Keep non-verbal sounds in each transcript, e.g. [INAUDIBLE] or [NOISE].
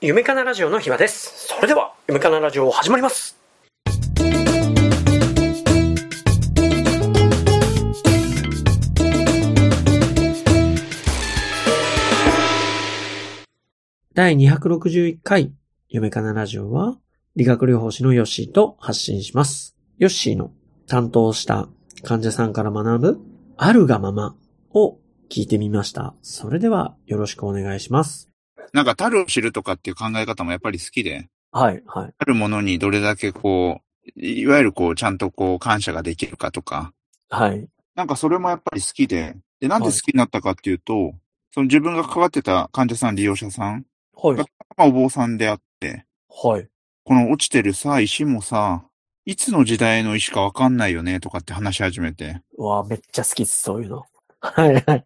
夢かなラジオの暇です。それでは、夢かなラジオ始まります。第261回、夢かなラジオは、理学療法士のヨッシーと発信します。ヨッシーの担当した患者さんから学ぶ、あるがままを聞いてみました。それでは、よろしくお願いします。なんか、たるを知るとかっていう考え方もやっぱり好きで、はい、はい。あるものにどれだけこう、いわゆるこう、ちゃんとこう、感謝ができるかとか、はい。なんかそれもやっぱり好きで、で、なんで好きになったかっていうと、その自分が関わってた患者さん、利用者さんはいが、まあお坊さんであって、はい。この落ちてるさ、石もさ、いつの時代の石かわかんないよねとかって話し始めて、うわあめっちゃ好きっす、そういうの。はいはい。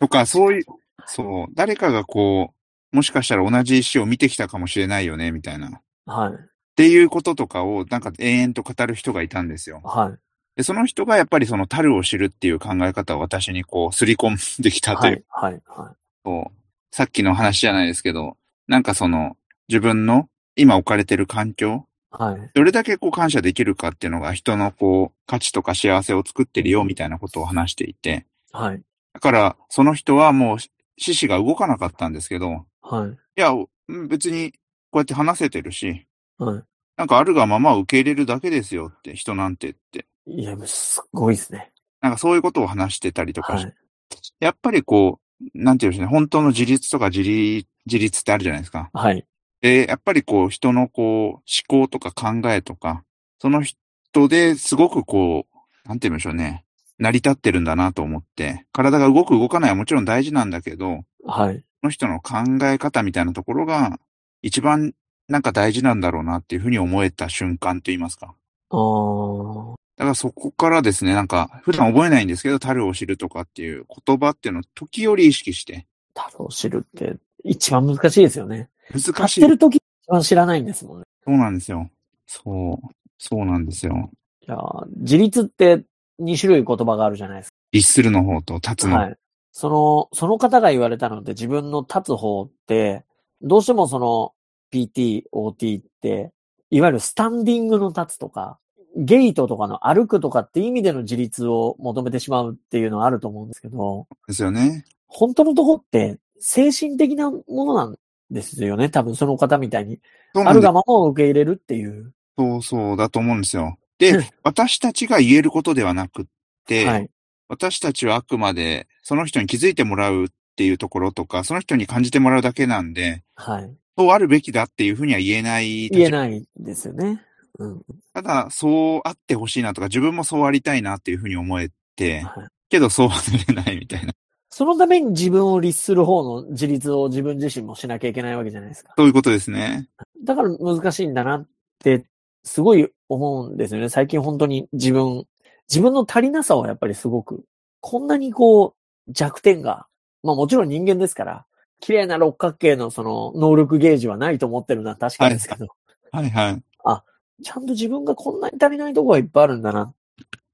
とか、そういう、そう、誰かがこう、もしかしたら同じ石を見てきたかもしれないよね、みたいな。はい。っていうこととかをなんか延々と語る人がいたんですよ。はい。で、その人がやっぱりその樽を知るっていう考え方を私にこうすり込んできたとはいうい。はい。はこうさっきの話じゃないですけど、なんかその自分の今置かれてる環境、い。はい。どれだけこう感謝できるかっていうのが人のこう価値とか幸せを作ってるよみたいなことを話していて、はい。だからその人はもう獅子が動かなかったんですけど、はい。いや、うん別にこうやって話せてるし、はなんかあるがまま受け入れるだけですよって人なんてって。い。いや、もうすっごいですね。なんかそういうことを話してたりとかはし、い。やっぱりこう、なんていうんでしょうね、本当の自立とか自立、自立ってあるじゃないですか。はい。で、やっぱりこう、人のこう、思考とか考えとか、その人ですごくこう、なんていうんでしょうね、成り立ってるんだなと思って、体が動く動かないはもちろん大事なんだけど、はい。その人の考え方みたいなところが、一番なんか大事なんだろうなっていうふうに思えた瞬間と言いますか。あー。だからそこからですね、なんか、普段覚えないんですけど、樽を知るとかっていう言葉っていうのを時折意識して、太郎知るって一番難しいですよね。買難っしい。てそる時一番知らないんですもんね。うなんですよ。そう。そうなんですよ。いやー自立って2種類言葉があるじゃないです律するの方と立つか。の。はい。その、その方が言われたので自分の立つ方って、どうしてもその PT、OT って、いわゆるスタンディングの立つとか、ゲートとかの歩くとかって意味での自立を求めてしまうっていうのはあると思うんですけど、ですよね。本当のとこって精神的なものなんですよね。多分その方みたいに。そうなあんるでがすままを受け入れるっていう。そうそうだと思うんですよ。うんで、私たちが言えることではなくって、はい。私たちはあくまでその人に気づいてもらうっていうところとか、その人に感じてもらうだけなんで、はい。そうあるべきだっていうふうには言えない立場言えないですよね。うん。ただ、そうあってほしいなとか、自分もそうありたいなっていうふうに思えて、はいけどそうはなれないみたいな。そのために自分を律する方の自立を自分自身もしなきゃいけないわけじゃないですか。そういうことですね。だから難しいんだなって、すごい思うんですよね。最近本当に自分、自分の足りなさをやっぱりすごく、こんなにこう、弱点が、まあもちろん人間ですから、綺麗な六角形のその能力ゲージはないと思ってるのは確かですけど、はいはい。ちゃんと自分がこんなに足りないとこがいっぱいあるんだなっ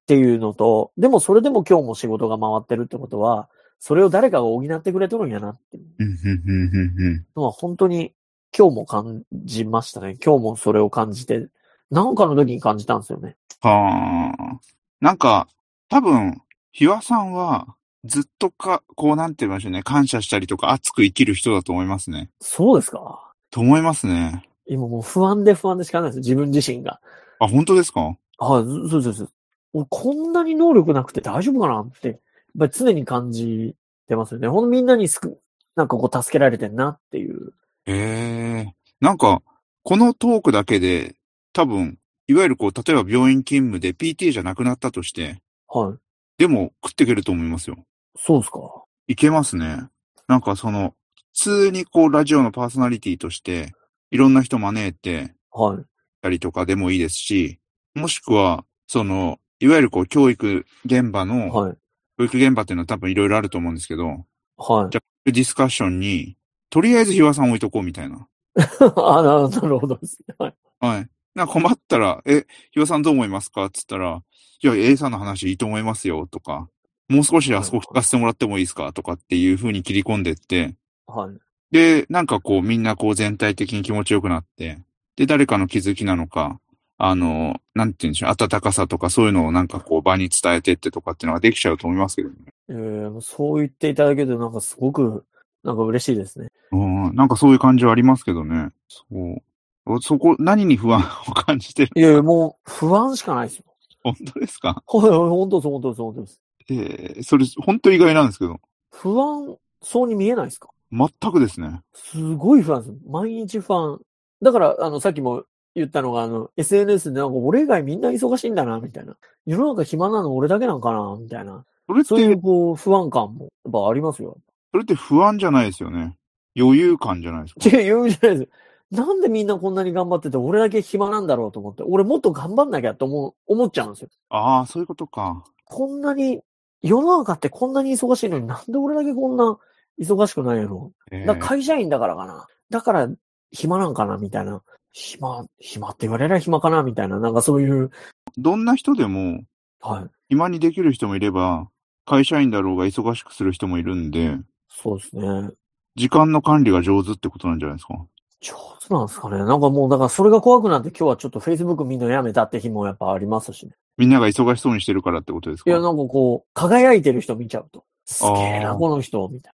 ていうのと、でもそれでも今日も仕事が回ってるってことは、それを誰かが補ってくれとるんやなっていううん、うん、うん、うん、うん。のは本当に今日も感じましたね。今日もそれを感じて、なんかの時に感じたんですよね。はあ。なんか、多分、ひわさんは、ずっとか、こうなんて言いましょうね、感謝したりとか、熱く生きる人だと思いますね。そうですかと思いますね。今もう不安で不安でしかないです。自分自身が。あ、本当ですかあそそうそうそう。俺こんなに能力なくて大丈夫かなって、やっぱり常に感じてますよね。ほんとみんなにすく、なんかこう助けられてんなっていう。ええなんか、このトークだけで、多分、いわゆるこう、例えば病院勤務で PT じゃなくなったとして、はい。でも食っていけると思いますよ。そうですか。いけますね。なんかその、普通にこう、ラジオのパーソナリティとして、いろんな人招いてはい。たりとかでもいいですし、もしくは、その、いわゆるこう、教育現場の、はい。教育現場っていうのは多分いろいろあると思うんですけど、はい。じゃディスカッションに、とりあえずひわさん置いとこうみたいな。 [LAUGHS] あななるほどですね。はい。はい。なんか困ったら、え、ひわさんどう思いますかっつったら、いや、A さんの話いいと思いますよ、とか、もう少しあそこ聞かせてもらってもいいですかとかっていう風に切り込んでって、はい。で、なんかこうみんなこう全体的に気持ちよくなって、で、誰かの気づきなのか、あの、なんて言うんでしょう、温かさとかそういうのをなんかこう場に伝えてってとかっていうのができちゃうと思いますけどね。えーそう言っていただけると、なんかすごく、なんか嬉しいですね。うん、なんかそういう感じはありますけどね。そう。おそこ、何に不安 [LAUGHS] を感じてるいやいや、もう不安しかないですよ。 [LAUGHS] 本当ですかほん本当です、本当です、本当です。えーそれ、本当意外なんですけど。不安そうに見えないですか全くですね。すごい不安です。毎日不安。だから、あの、さっきも言ったのが、あの、SNS でなんか俺以外みんな忙しいんだな、みたいな。世の中暇なの俺だけなんかな、みたいな。それって、そういう、こう、不安感も、やっぱありますよ。それって不安じゃないですよね。余裕感じゃないです違か。う、言うんじゃないですなんでみんなこんなに頑張ってて、俺だけ暇なんだろうと思って、俺もっと頑張んなきゃと思う、思っちゃうんですよ。ああ、そういうことか。こんなに、世の中ってこんなに忙しいのになんで俺だけこんな忙しくないのえーだから会社員だからかな。だから暇なんかなみたいな。暇、暇って言われりゃ暇かなみたいな。なんかそういう。どんな人でも、はい。暇にできる人もいれば、会社員だろうが忙しくする人もいるんで、そうですね。時間の管理が上手ってことなんじゃないですか。上手なんですかね。なんかもう、だからそれが怖くなって今日はちょっと Facebook 見るのやめたって日もやっぱありますしね。みんなが忙しそうにしてるからってことですいかや、なんかこう、輝いてる人見ちゃうと。すげえな、あーこの人、みたい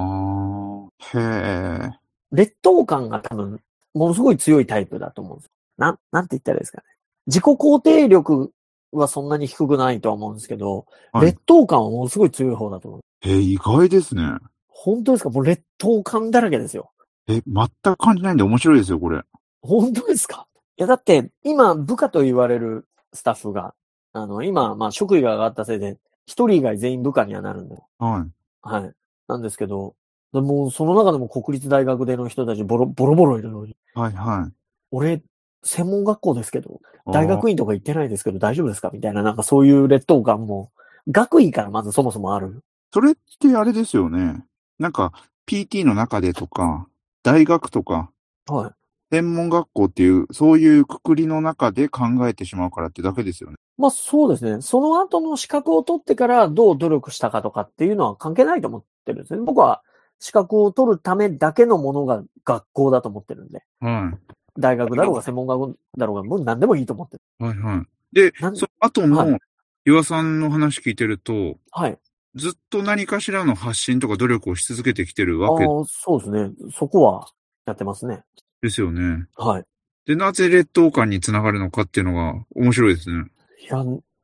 はあ。へえ。な。劣等感が多分、ものすごい強いタイプだと思うんですよ。なん、なんて言ったらいいですかね。自己肯定力はそんなに低くないとは思うんですけど、はい劣等感はものすごい強い方だと思う。えー、意外ですね。本当ですかもう劣等感だらけですよ。え、全く感じないんで面白いですよ、これ。本当ですかいや、だって、今、部下と言われるスタッフが、あの、今、まあ、職位が上がったせいで、一人以外全員部下にはなるんで、はい。はい。なんですけど、でもう、その中でも国立大学での人たちボロ、ボロボロいるのに、はい、はい。俺、専門学校ですけど、あー大学院とか行ってないですけど大丈夫ですかみたいな、なんかそういう劣等感も、学位からまずそもそもある。それってあれですよね。なんか、PT の中でとか、大学とか、はい。専門学校っていう、そういうくくりの中で考えてしまうからってだけですよね。まあそうですね。その後の資格を取ってからどう努力したかとかっていうのは関係ないと思ってるんですね。僕は資格を取るためだけのものが学校だと思ってるんで。は大学だろうが専門学校だろうが、もう何でもいいと思ってる。い。はい、はい。で、なんその後はの、岩さんの話聞いてると、はい。ずっと何かしらの発信とか努力をし続けてきてるあわけーそうですね。そこはやってますね。ですよね。はい。で、なぜ劣等感につながるのかっていうのが面白いですね。いや、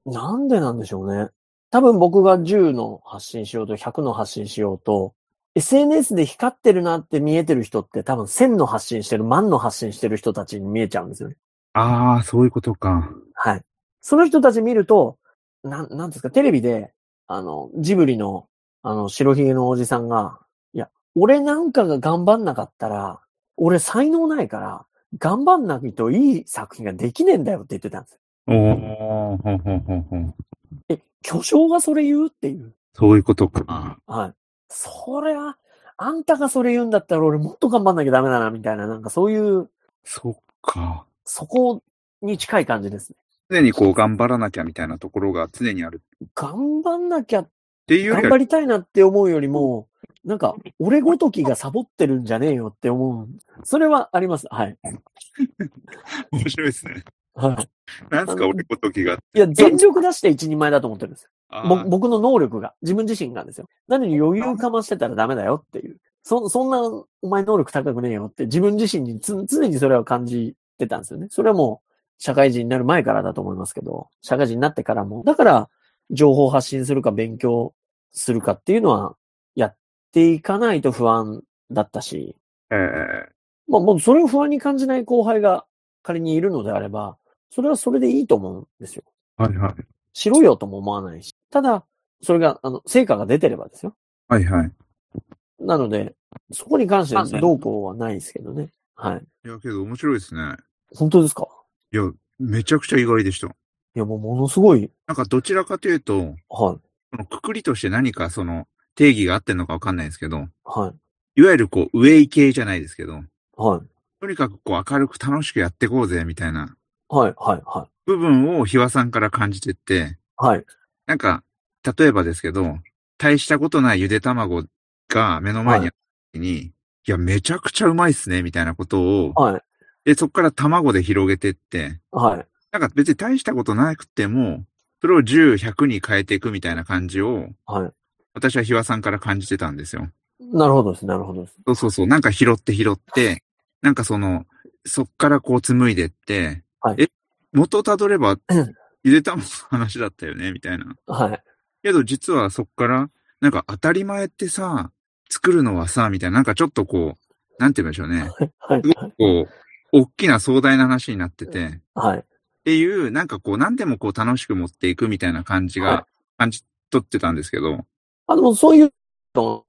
なんでなんでしょうね。多分僕が10の発信しようと100の発信しようと、SNS で光ってるなって見えてる人って多分1000の発信してる、万の発信してる人たちに見えちゃうんですよね。ああ、そういうことか。はい。その人たち見ると、なん、なんですか、テレビで、あの、ジブリの、あの、白ひげのおじさんが、いや、俺なんかが頑張んなかったら、俺才能ないから、頑張んないといい作品ができねえんだよって言ってたんですよ。おお、ほうほうほうほう。え、巨匠がそれ言うっていう。そういうことか。はい。それは、あんたがそれ言うんだったら俺もっと頑張んなきゃダメだな、みたいな、なんかそういう、そっか。そこに近い感じですね。常にこう頑張らなきゃみたいなところが常にあるっ頑張んなきゃていうより頑は張りたいなって思うよりも、なんか、俺ごときがサボってるんじゃねえよって思う。それはあります。はい。面白いですね。はなんすか、あの俺ごときが。い。いや、全力出して一人前だと思ってるんですあよ。ぼー僕の能力が。自分自身がですよ。なのに余裕かましてたらダメだよっていう。そ、そんな、お前能力高くねえよって自分自身につ常にそれは感じてたんですよね。それはもう、社会人になる前からだと思いますけど、社会人になってからも。だから、情報発信するか勉強するかっていうのは、やっていかないと不安だったし、えまあ、もうそれを不安に感じない後輩が仮にいるのであれば、それはそれでいいと思うんですよ。えはいはい。しろよとも思わないし。ただ、それが、あの、成果が出てればですよ。はいはい。なので、そこに関してはあねどうこうはないですけどね。はい。いや、けど面白いですね。本当ですかいや、めちゃくちゃ意外でした。いや、もうものすごい、なんかどちらかというと、はい、このくくりとして何かその定義があってんのかわかんないですけど、はい、いわゆるこう、上位系じゃないですけど、はい、とにかくこう、明るく楽しくやってこうぜ、みたいなはい、はい、はい。部分をひわさんから感じてって、はい、なんか、例えばですけど、大したことないゆで卵が目の前にあった時に、いや、めちゃくちゃうまいっすね、みたいなことを、はい。で、そこから卵で広げてって、はい。なんか別に大したことなくても、それを10、100に変えていくみたいな感じを、はい。私はひわさんから感じてたんですよ。なるほどです。なるほどです。そうそうそう、なんか拾って拾って、なんかその、そっからこう紡いでって、はいえ、元をたどればん、ゆで卵の話だったよね、みたいな。はい。けど実はそっから、なんか当たり前ってさ、作るのはさ、みたいな、なんかちょっとこう、なんて言うんでしょ [LAUGHS] うね。はい。こう、大きな壮大な話になってて、っはい。ていう、なんかこう、何でもこう楽しく持っていくみたいな感じはいが、感じ取ってたんですけど、あ、でもそういうの、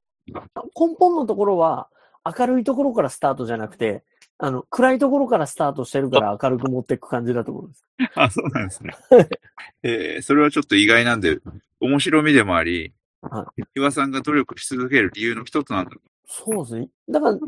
根本のところは、明るいところからスタートじゃなくて、あの、暗いところからスタートしてるから明るく持っていく感じだと思うんです。 [LAUGHS] あ、そうなんですね。 [LAUGHS] えーそれはちょっと意外なんで、面白みでもありは、岩さんが努力し続ける理由の一つなんだ。そうですね。だから、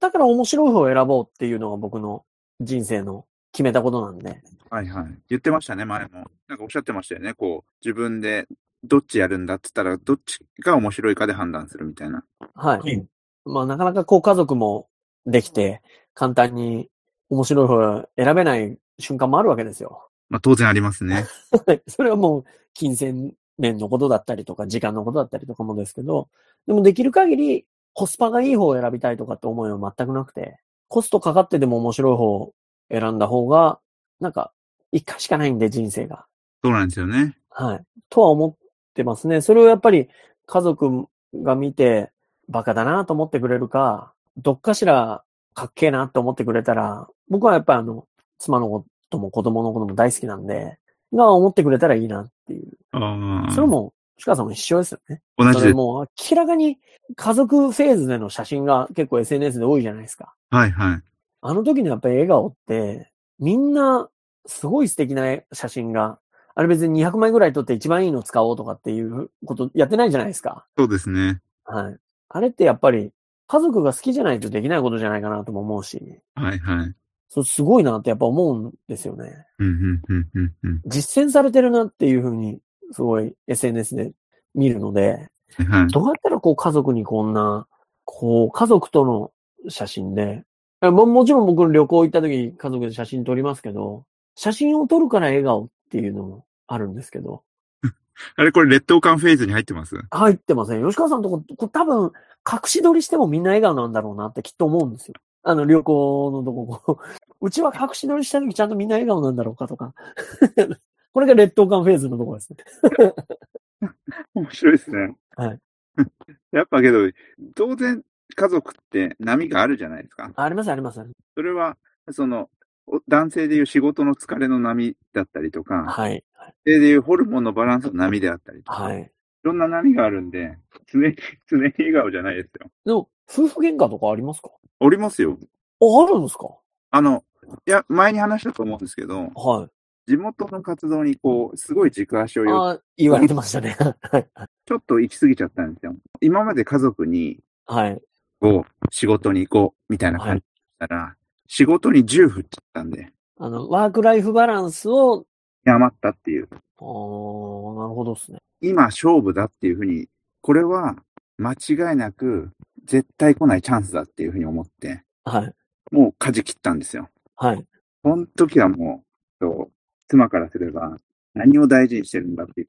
だから面白い方を選ぼうっていうのが僕の人生の決めたことなんで。はいはい。言ってましたね、前も。なんかおっしゃってましたよね、こう、自分でどっちやるんだって言ったら、どっちが面白いかで判断するみたいな。はい。はいまあ、なかなかこう家族もできて、簡単に面白い方を選べない瞬間もあるわけですよ。 [LAUGHS] まあ当然あります [LAUGHS] ね。はいそれはもう、金銭面のことだったりとか、時間のことだったりとかもですけど、でもできる限りコスパがいい方を選びたいとかって思いは全くなくて、コストかかってでも面白い方を選んだ方が、なんか、一回しかないんで人生が。そうなんですよね。はい。とは思ってますね。それをやっぱり家族が見て、バカだなと思ってくれるか、どっかしらかっけえなと思ってくれたら、僕はやっぱりあの、妻のことも子供のことも大好きなんで、が思ってくれたらいいなっていう。ああ。それも、吉川さんも一緒ですよね。同そじれです。もう明らかに家族フェーズでの写真が結構 SNS で多いじゃないですか。はいはい。あの時のやっぱり笑顔って、みんなすごい素敵な写真が、あれ別に200枚ぐらい撮って一番いいの使おうとかっていうことやってないじゃないですか。そうですね。はい。あれってやっぱり家族が好きじゃないとできないことじゃないかなとも思うし、はいはい。そうすごいなってやっぱ思うんですよね。うんうんうんうんうん。実践されてるなっていうふうに、すごい SNS で見るので、はいはい。どうやったらこう家族にこんな、こう家族との写真で、えももちろん僕旅行行った時に家族で写真撮りますけど、写真を撮るから笑顔っていうのもあるんですけど、あれこれ劣等感フェーズに入ってます入ってません。吉川さんとここ多分隠し撮りしてもみんな笑顔なんだろうなってきっと思うんですよ。あの旅行のとここう、うちは隠し撮りした時ちゃんとみんな笑顔なんだろうかとか。 [LAUGHS] これが劣等感フェーズのところですね。面白いですね。はい。 [LAUGHS] やっぱけど、当然家族って波があるじゃないですか。ありますあります。ありまそれは、その、お男性でいう仕事の疲れの波だったりとすか、はい。女性でいうホルモンのバランスの波であったりとか、はいい。ろんな波があるんで、常に、 [LAUGHS] 常に笑顔じゃないですよ。でも、夫婦喧嘩とかありますかおりますよ。あ、あるんですかあの、いや、前に話したと思うんですけど、はい。地元の活動にこう、すごい軸足をよ、あ言われてましたね。 [LAUGHS] はい。ちょっと行き過ぎちゃったんですよ。今まで家族に、はい。こう、仕事に行こう、みたいな感じだったら、仕事に10振っちゃったんで、あの、ワークライフバランスを、余ったっていう。あーなるほどですね。今勝負だっていうふうに、これは間違いなく絶対来ないチャンスだっていうふうに思って、はい。もう舵切ったんですよ。はい。この時はもう、そう妻からすれば何を大事にしてるんだっていう。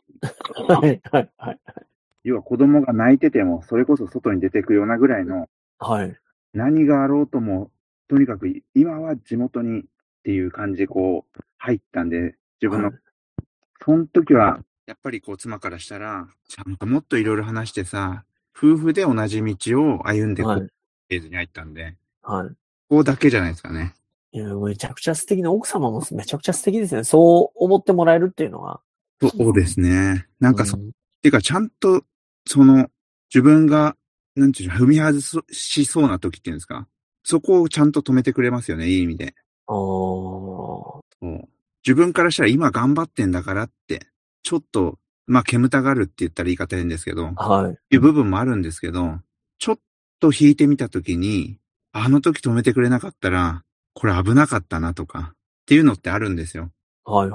はい。はい。はい。要は子供が泣いてても、それこそ外に出てくようなぐらいの、はい。何があろうとも、とにかく今は地元にっていう感じでこう入ったんで、自分のはいその時は、やっぱりこう妻からしたら、ちゃんともっといろいろ話してさ、夫婦で同じ道を歩んでいはい。くフェーズに入ったんで、はい。ここだけじゃないですかね。いや、めちゃくちゃ素敵な奥様もめちゃくちゃ素敵ですね。そう思ってもらえるっていうのは。そうですね。なんかそ、うてかちゃんと、その、自分が、なんていうの、踏み外そしそうな時っていうんですか、そこをちゃんと止めてくれますよね、いい意味で。あーそう自分からしたら今頑張ってんだからって、ちょっと、まあ、煙たがるって言ったら言い方変ですけど、はい。っていう部分もあるんですけど、ちょっと引いてみたときに、あの時止めてくれなかったら、これ危なかったなとか、っていうのってあるんですよ。はい。はい。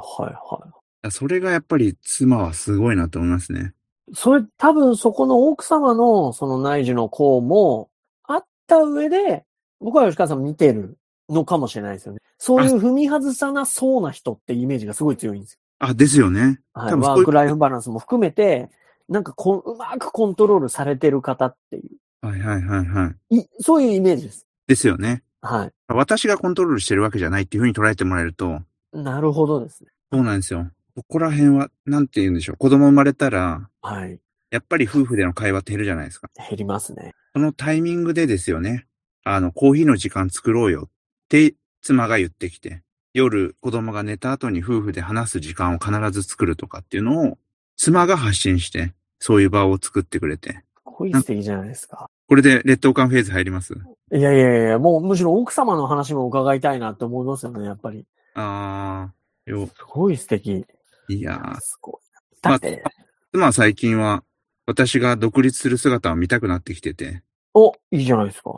はそれがやっぱり妻はすごいなと思いますね。い。それ、多分そこの奥様のその内需の子も、あっった上で、僕は吉川さんも見てるのかもしれないですよね。そういう踏み外さなそうな人ってイメージがすごい強いんですよ。あ、ですよね。はい。多分ワそういーうクライフバランスも含めて、なんかこう、うまくコントロールされてる方っていはいはいはいはい。う、いそういうイメージです。ですよね。はい。私がコントロールしてるわけじゃないっていうふうに捉えてもらえると、なるほどですね。そうなんですよ。ここら辺は、なんて言うんでしょう。子供生まれたら、はい。やっぱり夫婦での会話って減るじゃないですか。減りますね。そのタイミングでですよね。あの、コーヒーの時間作ろうよって妻が言ってきて、夜子供が寝た後に夫婦で話す時間を必ず作るとかっていうのを、妻が発信して、そういう場を作ってくれて。恋素敵じゃないですか。これで劣等感フェーズ入りますいやいやいや、もうむしろ奥様の話も伺いたいなって思いますよね、やっぱり。あー、よ、すごい素敵。いやー。すごいな。だって、妻は最近は、私が独立する姿を見たくなってきてて、お、いいじゃないですか。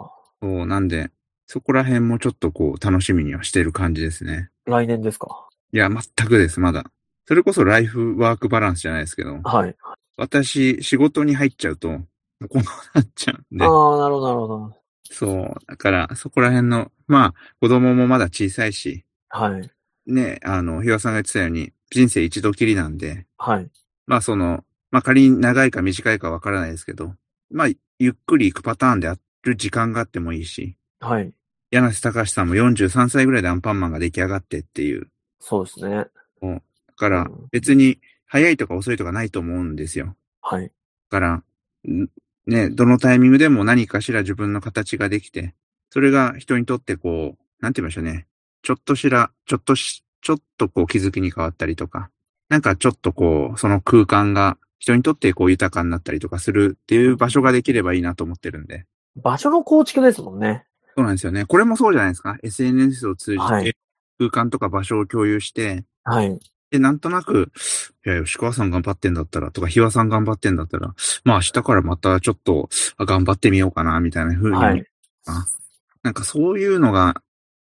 そう、なんで、そこら辺もちょっとこう、楽しみにはしてる感じですね。来年ですか。いや、全くです、まだ。それこそライフワークバランスじゃないですけど、はい。私、仕事に入っちゃうと、こうなっちゃうんであ、あ、なるほど、なるほど。そう、だから、そこら辺の、まあ、子供もまだ小さいし、はい。ね、あの、ひわさんが言ってたように、人生一度きりなんで、はい。まあその、まあ仮に長いか短いかわからないですけど、まあゆっくり行くパターンである時間があってもいいし、はい。柳瀬隆さんも43歳ぐらいでアンパンマンが出来上がってっていう。そうですね。だからうん別に早いとか遅いとかないと思うんですよ。はい。だから、んね、どのタイミングでも何かしら自分の形ができて、それが人にとってこう、なんて言いましょうね。ちょっとしら、ちょっとし、ちょっとこう気づきに変わったりとか、なんかちょっとこう、その空間が人にとってこう豊かになったりとかするっていう場所ができればいいなと思ってるんで。場所の構築ですもんね。そうなんですよね。これもそうじゃないですか。SNS を通じはてい空間とか場所を共有して、はい。で、なんとなく、いや、吉川さん頑張ってんだったら、とか、ひわさん頑張ってんだったら、まあ明日からまたちょっとあ頑張ってみようかな、みたいな風に、はい。なんかそういうのが、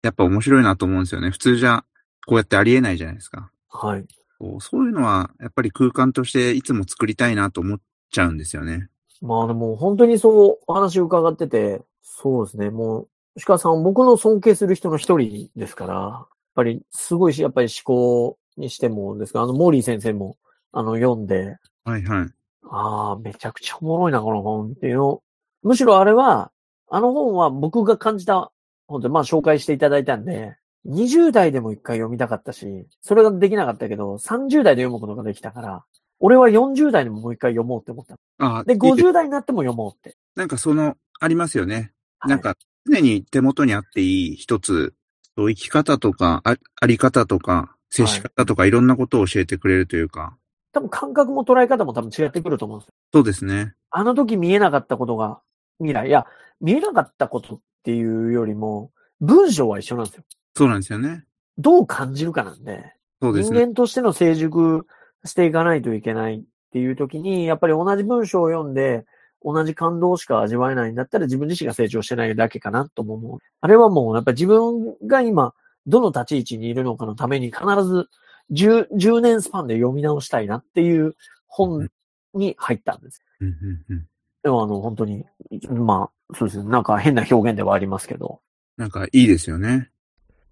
やっぱ面白いなと思うんですよね。普通じゃ、こうやってありえないじゃないですか。はい。こうそういうのは、やっぱり空間としていつも作りたいなと思っちゃうんですよね。まあでも本当にそうお話伺ってて、そうですね。もう、鹿さん僕の尊敬する人の一人ですから、やっぱりすごいし、やっぱり思考にしてもですが、あの、モーリー先生も、あの、読んで、はいはい。ああ、めちゃくちゃおもろいな、この本っていうの。むしろあれは、あの本は僕が感じた本で、まあ紹介していただいたんで、20代でも一回読みたかったし、それができなかったけど、30代で読むことができたから、俺は40代でももう一回読もうって思った。あで、いいす50代になっても読もうって。なんかその、ありますよね。はいなんか、常に手元にあっていい一つ、そう生き方とか、ああり方とか、接し方とか、いろんなことを教えてくれるというか、多分感覚も捉え方も多分違ってくると思うんですよ。そうですね。あの時見えなかったことが未来。いや、見えなかったことっていうよりも、文章は一緒なんですよ。そうなんですよね。どう感じるかなんで。そうです人ね。間としての成熟していかないといけないっていう時に、やっぱり同じ文章を読んで、同じ感動しか味わえないんだったら自分自身が成長してないだけかなとも思う。あれはもう、やっぱり自分が今、どの立ち位置にいるのかのために必ず 10, 10年スパンで読み直したいなっていう本に入ったんです。うんうんうんでもあの、本当に、まあ、そうですね。なんか変な表現ではありますけど、なんか、いいですよね。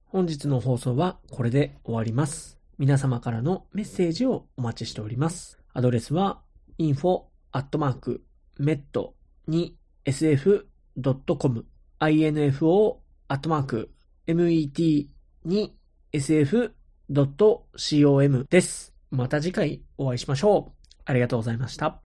本日の放送はこれで終わります。皆様からのメッセージをお待ちしております。アドレスは info.met2sf.com info.met2sf.com です。また次回お会いしましょう。ありがとうございました。